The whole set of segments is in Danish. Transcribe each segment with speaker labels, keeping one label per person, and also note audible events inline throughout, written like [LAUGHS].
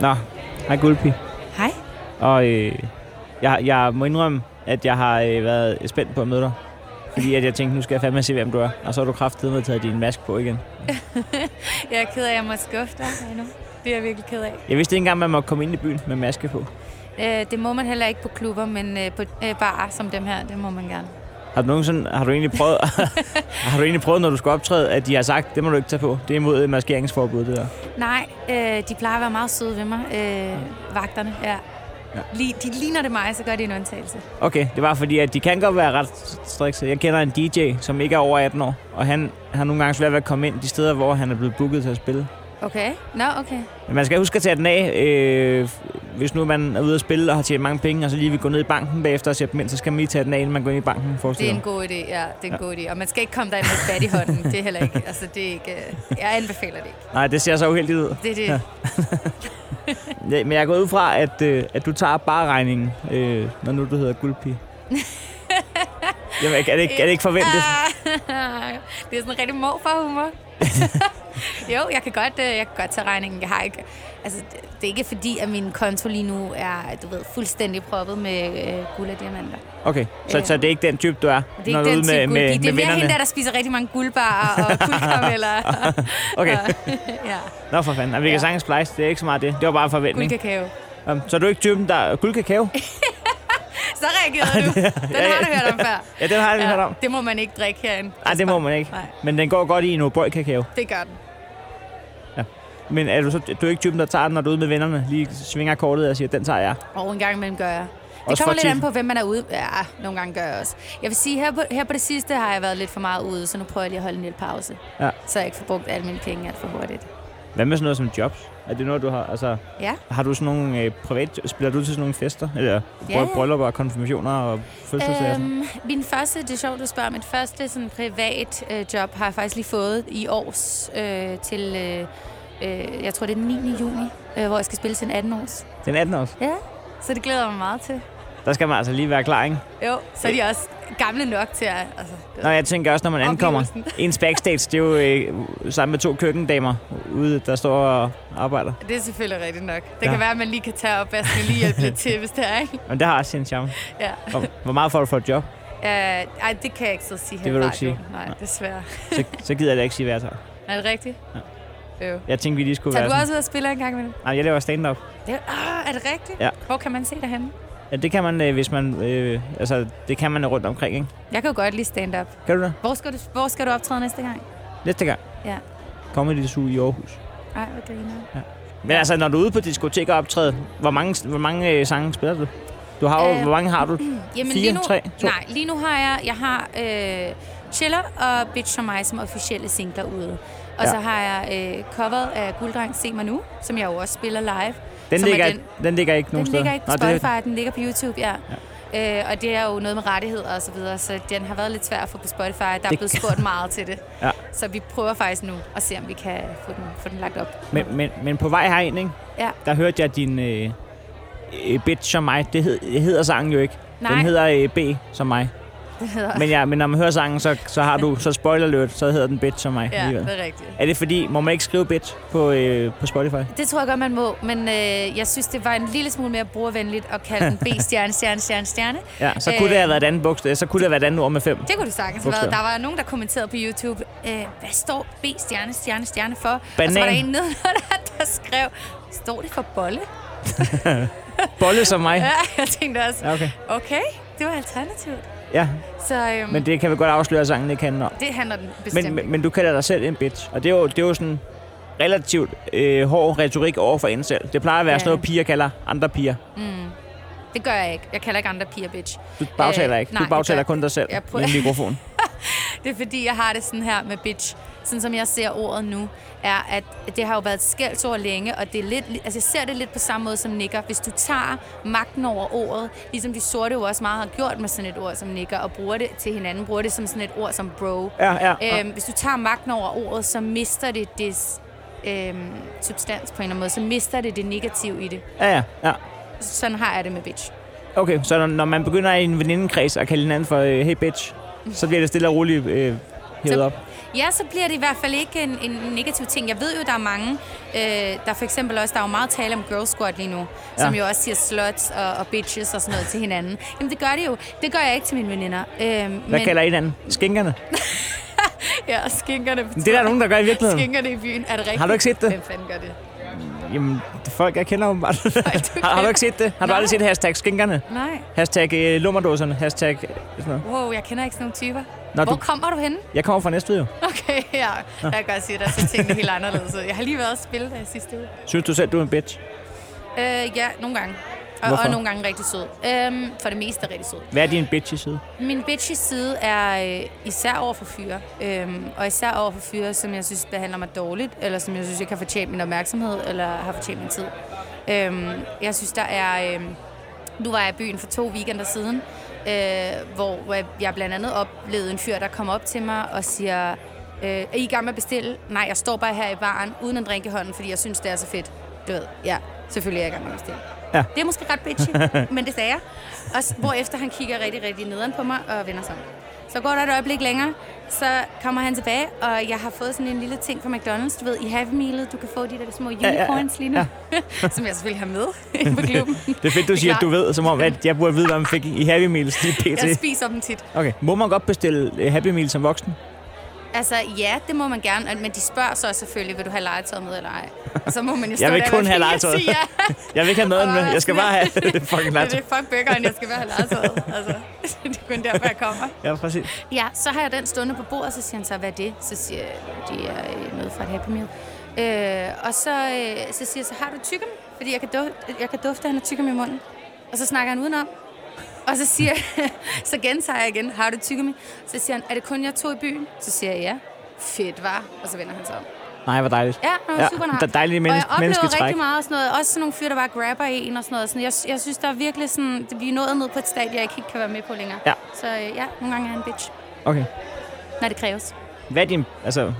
Speaker 1: Nå, hej Gulpi.
Speaker 2: Hej.
Speaker 1: Og øh, jeg, jeg må indrømme, at jeg har øh, været spændt på at møde dig. Fordi at jeg tænkte, nu skal jeg fandme se, hvem du er. Og så har du kraftedet med taget din maske på igen.
Speaker 2: Jeg er ked af, at jeg må skuffe dig endnu. Det er jeg virkelig ked af.
Speaker 1: Jeg vidste ikke engang, man måtte komme ind i byen med maske på.
Speaker 2: Øh, det må man heller ikke på klubber, men øh, på øh, barer som dem her, det må man gerne.
Speaker 1: Har du, nogensinde, har du egentlig prøvet, [LAUGHS] har du egentlig prøvet, når du skal optræde, at de har sagt, det må du ikke tage på. Det er imod øh, maskeringsforbud, det der.
Speaker 2: Nej, øh, de plejer at være meget søde ved mig, øh, vagterne. Ja.
Speaker 1: Ja.
Speaker 2: Lige, de ligner det mig, så gør de en undtagelse.
Speaker 1: Okay, det var fordi, at de kan godt være ret strikse. Jeg kender en DJ, som ikke er over 18 år, og han har nogle gange svært ved at komme ind de steder, hvor han er blevet booket til at spille.
Speaker 2: Okay? Nå, okay.
Speaker 1: Men man skal huske at tage den af, øh, hvis nu man er ude at spille og har tjent mange penge, og så lige vil gå ned i banken bagefter og sætte dem ind, så skal man lige tage den af, inden man går ind i banken,
Speaker 2: Det er
Speaker 1: forestiller
Speaker 2: en god idé, ja. Det er en ja. god idé. Og man skal ikke komme derind med fat i hånden. Det er heller ikke. Altså, det er ikke... øh, Jeg anbefaler det ikke.
Speaker 1: Nej, det ser så uheldigt ud.
Speaker 2: Det er det.
Speaker 1: Ja.
Speaker 2: Ja.
Speaker 1: Ja, Men jeg går ud fra, at, øh, at du tager bare regningen, øh, når nu du hedder
Speaker 2: [LAUGHS]
Speaker 1: guldpige. Jamen, er det, ikke, er det ikke forventet?
Speaker 2: Ah, [LAUGHS] det er sådan rigtig morfar-humor. [LAUGHS] jo, jeg kan, godt, øh, jeg kan godt tage regningen. Jeg har ikke, altså, det det er ikke fordi, at min konto lige nu er du ved, fuldstændig proppet med øh, guld og diamanter.
Speaker 1: Okay, så,
Speaker 2: Øh.
Speaker 1: så det er ikke den type, du er,
Speaker 2: Det er ikke den
Speaker 1: med,
Speaker 2: type guld.
Speaker 1: med,
Speaker 2: Det
Speaker 1: med
Speaker 2: er mere
Speaker 1: vennerne?
Speaker 2: hende, der, der spiser rigtig mange guldbarer
Speaker 1: [LAUGHS]
Speaker 2: og guldkarameller.
Speaker 1: Okay.
Speaker 2: Og, [LAUGHS] ja,
Speaker 1: Nå for fanden, Jamen, vi kan
Speaker 2: Ja.
Speaker 1: sagtens splice, det er ikke så meget det. Det var bare en forventning.
Speaker 2: guldkakao.
Speaker 1: Um, så er du ikke typen, der... Guldkakao?
Speaker 2: Så
Speaker 1: [LAUGHS]
Speaker 2: reagerede du. Den har du hørt om før.
Speaker 1: Ja, den har jeg ja. hørt om.
Speaker 2: det må man ikke drikke herinde.
Speaker 1: Nej, det må man ikke.
Speaker 2: Nej.
Speaker 1: Men den går godt i en Oboy kakao.
Speaker 2: Det gør den.
Speaker 1: Men er du, så, du er ikke typen, der tager den, når du er ude med vennerne? Lige svinger kortet og siger, den tager jeg.
Speaker 2: Og en gang imellem gør jeg. Det
Speaker 1: Også for
Speaker 2: kommer lidt
Speaker 1: tiden.
Speaker 2: an på, hvem man er ude. Ja, nogle gange gør jeg også. Jeg vil sige, her på, her på det sidste har jeg været lidt for meget ude, så nu prøver jeg lige at holde en lille pause.
Speaker 1: Ja.
Speaker 2: Så jeg ikke får brugt alle mine penge alt for hurtigt.
Speaker 1: Hvad med sådan noget som jobs? Er det noget, du har... Altså,
Speaker 2: Ja.
Speaker 1: har du sådan nogle øh, privat... Spiller du til sådan nogle fester? Eller
Speaker 2: Ja,
Speaker 1: ja.
Speaker 2: ja.
Speaker 1: bryllupper og konfirmationer og fødselsdage? Øhm.
Speaker 2: Øhm, min første, det er sjovt, du spørger, mit første sådan privat øh, job har jeg faktisk lige fået i års øh, til, øh, øh, jeg tror det er den 9. juni, øh, hvor jeg skal spille til en 18 års.
Speaker 1: Den 18 års.
Speaker 2: Ja. Så det glæder jeg mig meget til.
Speaker 1: Der skal man altså lige være klar, ikke?
Speaker 2: Jo, så er de også gamle nok til at... Altså,
Speaker 1: Nå, jeg tænker også, når man ankommer.
Speaker 2: Oplevelsen.
Speaker 1: Ens backstage, det er jo øh, sammen med to køkkendamer ude, der står og arbejder.
Speaker 2: Det er selvfølgelig rigtigt nok. Det
Speaker 1: Ja.
Speaker 2: ja. kan være, at man lige kan tage op, og lige hjælpe lidt til, hvis det er, ikke?
Speaker 1: Men det har også sin charme.
Speaker 2: Ja.
Speaker 1: Og Hvor meget får du for et job?
Speaker 2: Øh, ej, det kan jeg ikke så sige her
Speaker 1: Det
Speaker 2: i
Speaker 1: vil du ikke
Speaker 2: radioen.
Speaker 1: sige?
Speaker 2: Nej, desværre.
Speaker 1: Så, så gider jeg da ikke sige, hvad jeg tager.
Speaker 2: Er det rigtigt? Ja. Jo.
Speaker 1: Jeg tænkte, vi lige skulle være
Speaker 2: Tager du
Speaker 1: sådan-
Speaker 2: også ud og spiller en gang imellem?
Speaker 1: Nej, jeg laver stand-up.
Speaker 2: Det, ah, er det rigtigt?
Speaker 1: Ja.
Speaker 2: Hvor kan man se dig henne?
Speaker 1: Ja, det kan man, øh, hvis man... Øh, altså, det kan man rundt omkring, ikke?
Speaker 2: Jeg kan jo godt lide stand-up.
Speaker 1: Kan du det?
Speaker 2: Hvor skal du, hvor skal du optræde næste gang?
Speaker 1: Næste gang.
Speaker 2: Ja.
Speaker 1: Comedy Zoo i Aarhus.
Speaker 2: Ej, hvor griner.
Speaker 1: Men altså, når du er ude på diskotek og optræde, hvor mange, hvor mange øh, sange spiller du? Du har jo,
Speaker 2: Øh,
Speaker 1: hvor mange har
Speaker 2: [CLEARS THROAT]
Speaker 1: du?
Speaker 2: Jamen,
Speaker 1: Fire,
Speaker 2: lige nu,
Speaker 1: tre, to.
Speaker 2: Nej, lige nu har jeg, jeg har øh, Chiller og Bitch og mig som officielle singler ude. Og
Speaker 1: Ja.
Speaker 2: så har jeg øh, coveret af Gulddreng Se mig nu, som jeg jo også spiller live.
Speaker 1: Den
Speaker 2: som er
Speaker 1: ligger, den, den ligger ikke nogen
Speaker 2: Den
Speaker 1: steder.
Speaker 2: ligger ikke på
Speaker 1: Nå,
Speaker 2: Spotify, den ligger på YouTube, ja. ja. Øh, og det er jo noget med rettigheder og så videre, så den har været lidt svær at få på Spotify. Der er
Speaker 1: Det-
Speaker 2: blevet spurgt meget til det.
Speaker 1: Ja.
Speaker 2: Så vi prøver faktisk nu at se, om vi kan få den, få den lagt op.
Speaker 1: Men, men, men på vej herind, ikke?
Speaker 2: Ja.
Speaker 1: der hørte jeg din øh, øh, bitch som mig. Det hed, hedder sangen jo ikke.
Speaker 2: Nej.
Speaker 1: Den hedder øh, B som mig.
Speaker 2: Det hedder...
Speaker 1: Men, ja, men når man hører sangen, så, så har du så spoiler alert, så hedder den bitch som mig.
Speaker 2: ja,
Speaker 1: alligevel.
Speaker 2: det er rigtigt.
Speaker 1: Er det fordi, må man ikke skrive bitch på, øh, på Spotify?
Speaker 2: Det tror jeg godt, man må, men øh, jeg synes, det var en lille smule mere brugervenligt at kalde
Speaker 1: [LAUGHS]
Speaker 2: den B-stjerne, stjerne, stjerne, stjerne.
Speaker 1: Ja, så kunne
Speaker 2: Øh.
Speaker 1: det have været et andet bogstav, så kunne det have været et andet ord med fem.
Speaker 2: Det kunne det sagtens have været.
Speaker 1: Bogstaver.
Speaker 2: Der var nogen, der kommenterede på YouTube, øh, hvad står B-stjerne, stjerne, stjerne for? Og så var
Speaker 1: Banan.
Speaker 2: der en nede, [LAUGHS] der, der skrev, står det for bolle?
Speaker 1: Bolle som mig.
Speaker 2: Ja, jeg tænkte også,
Speaker 1: Ja, okay.
Speaker 2: Okay, det var alternativt.
Speaker 1: Ja,
Speaker 2: Så øhm,
Speaker 1: men
Speaker 2: men,
Speaker 1: det kan vi godt afsløre, at sangen ikke handler om.
Speaker 2: det handler den bestemt
Speaker 1: Men,
Speaker 2: men,
Speaker 1: men, men du kalder dig selv en bitch, og det er jo, det er jo sådan relativt øh, hård retorik over for en selv. Det plejer at være
Speaker 2: Ja.
Speaker 1: sådan noget, piger kalder andre piger.
Speaker 2: Det gør jeg ikke. Jeg kalder ikke andre piger bitch.
Speaker 1: Du bagtaler
Speaker 2: Øh,
Speaker 1: ikke.
Speaker 2: nej,
Speaker 1: du
Speaker 2: det gør
Speaker 1: bagtaler
Speaker 2: jeg
Speaker 1: kun
Speaker 2: ikke.
Speaker 1: dig selv
Speaker 2: Jeg
Speaker 1: med
Speaker 2: prøver-
Speaker 1: en
Speaker 2: [LAUGHS]
Speaker 1: mikrofon.
Speaker 2: Det er fordi, jeg har det sådan her med bitch. Sådan som jeg ser ordet nu, er, at det har jo været et skældsord længe, og det er lidt, altså jeg ser det lidt på samme måde som nikker. Hvis du tager magten over ordet, ligesom de sorte jo også meget har gjort med sådan et ord som nikker, og bruger det til hinanden, bruger det som sådan et ord som bro.
Speaker 1: Ja, ja. ja.
Speaker 2: Øhm, hvis du tager magten over ordet, så mister det des, øhm, substans på en eller anden måde. Så mister det det negative i det.
Speaker 1: ja, ja, ja.
Speaker 2: Sådan har jeg det med bitch.
Speaker 1: Okay, så når, når man begynder i en venindekreds at kalde hinanden for øh, hey bitch, så bliver det stille og roligt øh, hævet op.
Speaker 2: Ja, så bliver det i hvert fald ikke en, en negativ ting. Jeg ved jo, der er mange, øh, der for eksempel også, der er jo meget tale om girl squad lige nu, ja. som jo også siger sluts og, og bitches og sådan noget til hinanden. Jamen det gør det jo. Det gør jeg ikke til mine veninder. Øh,
Speaker 1: Hvad men... kalder I hinanden? Skinkerne?
Speaker 2: ja, og skinkerne.
Speaker 1: Det er der nogen, der gør i virkeligheden.
Speaker 2: Skinkerne i byen. Er det rigtigt?
Speaker 1: Har du ikke set det?
Speaker 2: Hvem fanden gør det?
Speaker 1: Jamen, det er folk, jeg kender
Speaker 2: [LAUGHS]
Speaker 1: åbenbart. har, har du ikke set det? Har du
Speaker 2: Nej.
Speaker 1: aldrig set hashtag skinkerne?
Speaker 2: Nej.
Speaker 1: Hashtag øh, lummerdåserne? Hashtag øh, sådan noget.
Speaker 2: Wow, jeg kender ikke sådan nogle typer.
Speaker 1: Nå,
Speaker 2: Hvor
Speaker 1: du-
Speaker 2: kommer du henne? [LAUGHS]
Speaker 1: Jeg kommer fra Næstved jo.
Speaker 2: Okay, ja. Jeg kan godt sige, at der er så tingene helt anderledes. ud. Jeg har lige været og spille der i sidste uge.
Speaker 1: Synes du selv, du er en bitch?
Speaker 2: Øh, ja, nogle gange. Og,
Speaker 1: Hvorfor?
Speaker 2: og nogle gange rigtig sød. Øhm, for det meste rigtig sød.
Speaker 1: Hvad er din bitch i side?
Speaker 2: Min bitchy side er øh, især over for fyre. Øhm, og især over for fyre, som jeg synes behandler mig dårligt, eller som jeg synes ikke har fortjent min opmærksomhed, eller har fortjent min tid. Øhm, jeg synes, der er... Øhm, nu var jeg i byen for to weekender siden, øh, hvor hvor jeg- jeg blandt andet oplevede en fyr, der kom op til mig og siger, øh, er I i gang med at bestille? Nej, jeg står bare her i baren uden en drink i hånden, fordi jeg synes, det er så fedt. Du ved, ja, selvfølgelig er jeg i gang med at bestille.
Speaker 1: Ja.
Speaker 2: Det er måske ret bitchy,
Speaker 1: [LAUGHS]
Speaker 2: men det sagde jeg. Og s- hvorefter han kigger rigtig, rigtig nederen på mig og vender sig om. Så går der et øjeblik længere, så kommer han tilbage, og jeg har fået sådan en lille ting fra McDonald's, du ved, i Happy Meal'et, du kan få de der små
Speaker 1: ja, ja.
Speaker 2: unicorns lige nu, [LAUGHS] som jeg selvfølgelig har med på klubben.
Speaker 1: Det er fedt, du siger, at
Speaker 2: klart.
Speaker 1: du ved, som om, at jeg burde vide, hvad man fik i Happy Meals lige
Speaker 2: [LAUGHS] Jeg
Speaker 1: pt.
Speaker 2: spiser dem tit.
Speaker 1: Okay, må man godt bestille øh, Happy Meal som voksen?
Speaker 2: Altså, ja, det må man gerne, og- men de spørger så selvfølgelig, vil du have legetøj med eller ej? Og så må
Speaker 1: [LAUGHS]
Speaker 2: man jo stå
Speaker 1: Jeg vil
Speaker 2: der
Speaker 1: kun
Speaker 2: med
Speaker 1: have
Speaker 2: fingre
Speaker 1: legetøjet.
Speaker 2: og sige ja.
Speaker 1: [LAUGHS] Jeg vil ikke have maden med. Jeg skal bare have [LAUGHS] fucking
Speaker 2: [LAUGHS] Det
Speaker 1: legetøj.
Speaker 2: er fuck burgeren, jeg skal bare have legetøjet. Altså, [LAUGHS] det er kun derfor, jeg kommer.
Speaker 1: Ja, præcis.
Speaker 2: Ja, så har jeg den stående på bordet, så siger han så, hvad er det? Så siger jeg, det er øh, noget fra et Happy Meal. Øh, og så, øh, så siger jeg, så har du tykkum? Fordi jeg kan, dufte, jeg kan dufte, at han har tykkum i munden. Og så snakker han udenom. Og så siger [LAUGHS] jeg, så gentager jeg igen, har du tykkum? Så siger han, er det kun jeg to i byen? Så siger jeg, ja. Fedt, var. Og så vender han sig om.
Speaker 1: Nej, hvor dejligt.
Speaker 2: Ja, han var
Speaker 1: Ja,
Speaker 2: ja, super
Speaker 1: der
Speaker 2: nice.
Speaker 1: er dejlige
Speaker 2: Og jeg
Speaker 1: menneske-
Speaker 2: oplever
Speaker 1: mennesketræk.
Speaker 2: rigtig meget sådan noget. Også sådan nogle fyre, der bare grabber en og sådan noget. Sådan, jeg, jeg synes, der er virkelig sådan, vi er nået ned på et stadie, jeg ikke helt kan være med på længere.
Speaker 1: Ja.
Speaker 2: Så øh, ja, nogle gange er jeg en bitch,
Speaker 1: Okay.
Speaker 2: når det kræves.
Speaker 1: Hvad er din, altså,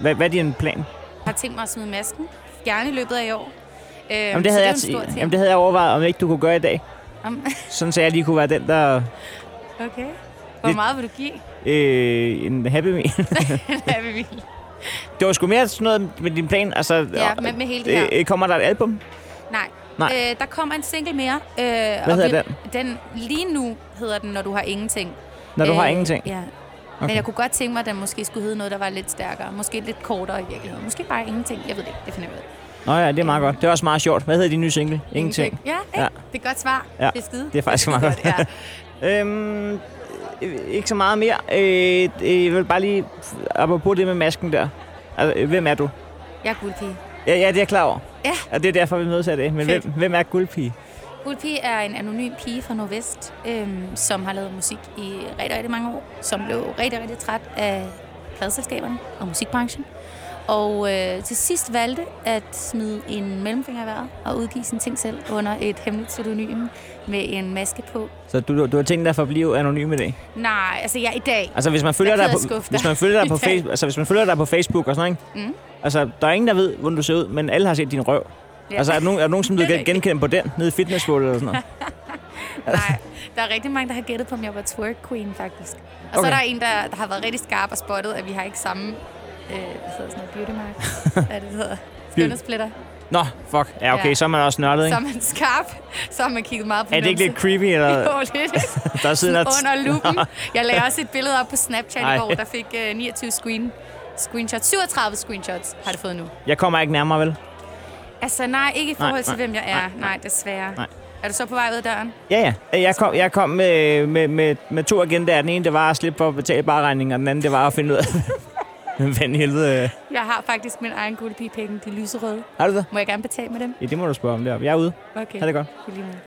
Speaker 1: hvad, hvad er din plan?
Speaker 2: har tænkt mig at smide masken. Gerne i løbet af i år. Øhm,
Speaker 1: Jamen det, havde jeg, jamen, det havde jeg overvejet, om ikke du kunne gøre i dag.
Speaker 2: Jamen,
Speaker 1: Sådan så jeg lige kunne være den, der...
Speaker 2: [LAUGHS] okay. Hvor
Speaker 1: Det-
Speaker 2: meget vil du give? [LAUGHS]
Speaker 1: Øh, en Happy Meal.
Speaker 2: Ja, vi vil.
Speaker 1: [LAUGHS] Det var sgu mere sådan noget med din plan. Altså,
Speaker 2: Ja, med- med hele det her.
Speaker 1: Øh, kommer der et album?
Speaker 2: Nej.
Speaker 1: Nej.
Speaker 2: Øh, der kommer en single mere. Øh, Hvad
Speaker 1: hedder
Speaker 2: den? den? Lige nu hedder den, Når du har ingenting.
Speaker 1: Når du har ingenting?
Speaker 2: Øh, Ja. Okay. Men jeg kunne godt tænke mig, at den måske skulle hedde noget, der var lidt stærkere. Måske lidt kortere i virkeligheden. Måske bare ingenting. Jeg ved det ikke. Det finder jeg ud af.
Speaker 1: Nå ja, det er meget godt. Det er også meget sjovt. Hvad hedder din nye single? Ingenting.
Speaker 2: Ja, ikke?
Speaker 1: Ja.
Speaker 2: ja, det er et godt svar.
Speaker 1: Ja,
Speaker 2: Det er skide.
Speaker 1: det er faktisk meget
Speaker 2: skide
Speaker 1: godt. [LAUGHS]
Speaker 2: Ja.
Speaker 1: Øhm, øh, ikke så meget mere. Øh, øh, jeg vil bare lige... Apropos det med masken der. Altså, øh, hvem er du?
Speaker 2: Jeg er guldpige.
Speaker 1: Ja, ja, det er jeg klar over.
Speaker 2: Ja.
Speaker 1: Og det er derfor, vi mødes af det. Men hvem,
Speaker 2: Fedt.
Speaker 1: hvem er guldpige?
Speaker 2: Ulpi er en anonym pige fra Nordvest, øhm, som har lavet musik i rigtig, rigtig mange år, som blev rigtig, rigtig træt af pladeselskaberne og musikbranchen. Og øh, til sidst valgte at smide en mellemfinger i vejret og udgive sine ting selv under et hemmeligt pseudonym med en maske på.
Speaker 1: Så du, du, du har tænkt dig for at forblive anonym i dag?
Speaker 2: Nej, altså jeg i dag.
Speaker 1: Altså hvis man følger
Speaker 2: Jeg er
Speaker 1: dig
Speaker 2: ked af at
Speaker 1: på,
Speaker 2: skuffe
Speaker 1: hvis
Speaker 2: dig
Speaker 1: man følger dig
Speaker 2: [LAUGHS] i
Speaker 1: på
Speaker 2: dag.
Speaker 1: face, altså hvis man følger dig på Facebook og sådan noget, mm. altså der er ingen der ved hvordan du ser ud, men alle har set din røv. Ja.
Speaker 2: Ja.
Speaker 1: Altså er der nogen, er der nogen som du kan genkende på den nede i fitnessbålet eller sådan
Speaker 2: [LAUGHS]
Speaker 1: noget?
Speaker 2: Nej, der er rigtig mange, der har gættet på, om jeg var twerk queen faktisk. Og okay. så
Speaker 1: Okay.
Speaker 2: er der en, der, der har været rigtig skarp og spottet, at vi har ikke samme øh, hvad hedder sådan noget, beauty mark? Hvad er det, det hedder? Skønhedssplitter.
Speaker 1: Nå, fuck. Ja, okay, ja.
Speaker 2: Ja.
Speaker 1: så er man også nørdet,
Speaker 2: Så
Speaker 1: ikke?
Speaker 2: er man skarp, så har man kigget meget på
Speaker 1: Er det ikke lidt
Speaker 2: numse.
Speaker 1: creepy, eller
Speaker 2: [LAUGHS] Jo,
Speaker 1: [LAUGHS]
Speaker 2: lidt.
Speaker 1: der sidder der...
Speaker 2: Under lupen. Jeg lagde også et billede op på Snapchat
Speaker 1: Ej.
Speaker 2: i går, der fik øh, 29 screen, screenshots. 37 screenshots har det fået nu.
Speaker 1: Jeg kommer ikke nærmere, vel?
Speaker 2: Altså nej, ikke i forhold
Speaker 1: Nej,
Speaker 2: til,
Speaker 1: nej,
Speaker 2: hvem jeg er. Nej, desværre.
Speaker 1: Nej.
Speaker 2: Er du så på vej ud af døren?
Speaker 1: Ja, ja. Jeg kom, jeg kom med, med, med, med to agendaer. Den ene, det var at slippe for at betale barregningen, og den anden, det var at finde ud af... [LAUGHS] Hvem fanden i helvede... øh,
Speaker 2: Jeg har faktisk min egen guldpigepenge, de lyserøde.
Speaker 1: Har du det?
Speaker 2: Må jeg gerne betale med dem?
Speaker 1: Ja, det må du spørge om der. Jeg er ude.
Speaker 2: Okay.
Speaker 1: Ha' det godt.
Speaker 2: I lige måde.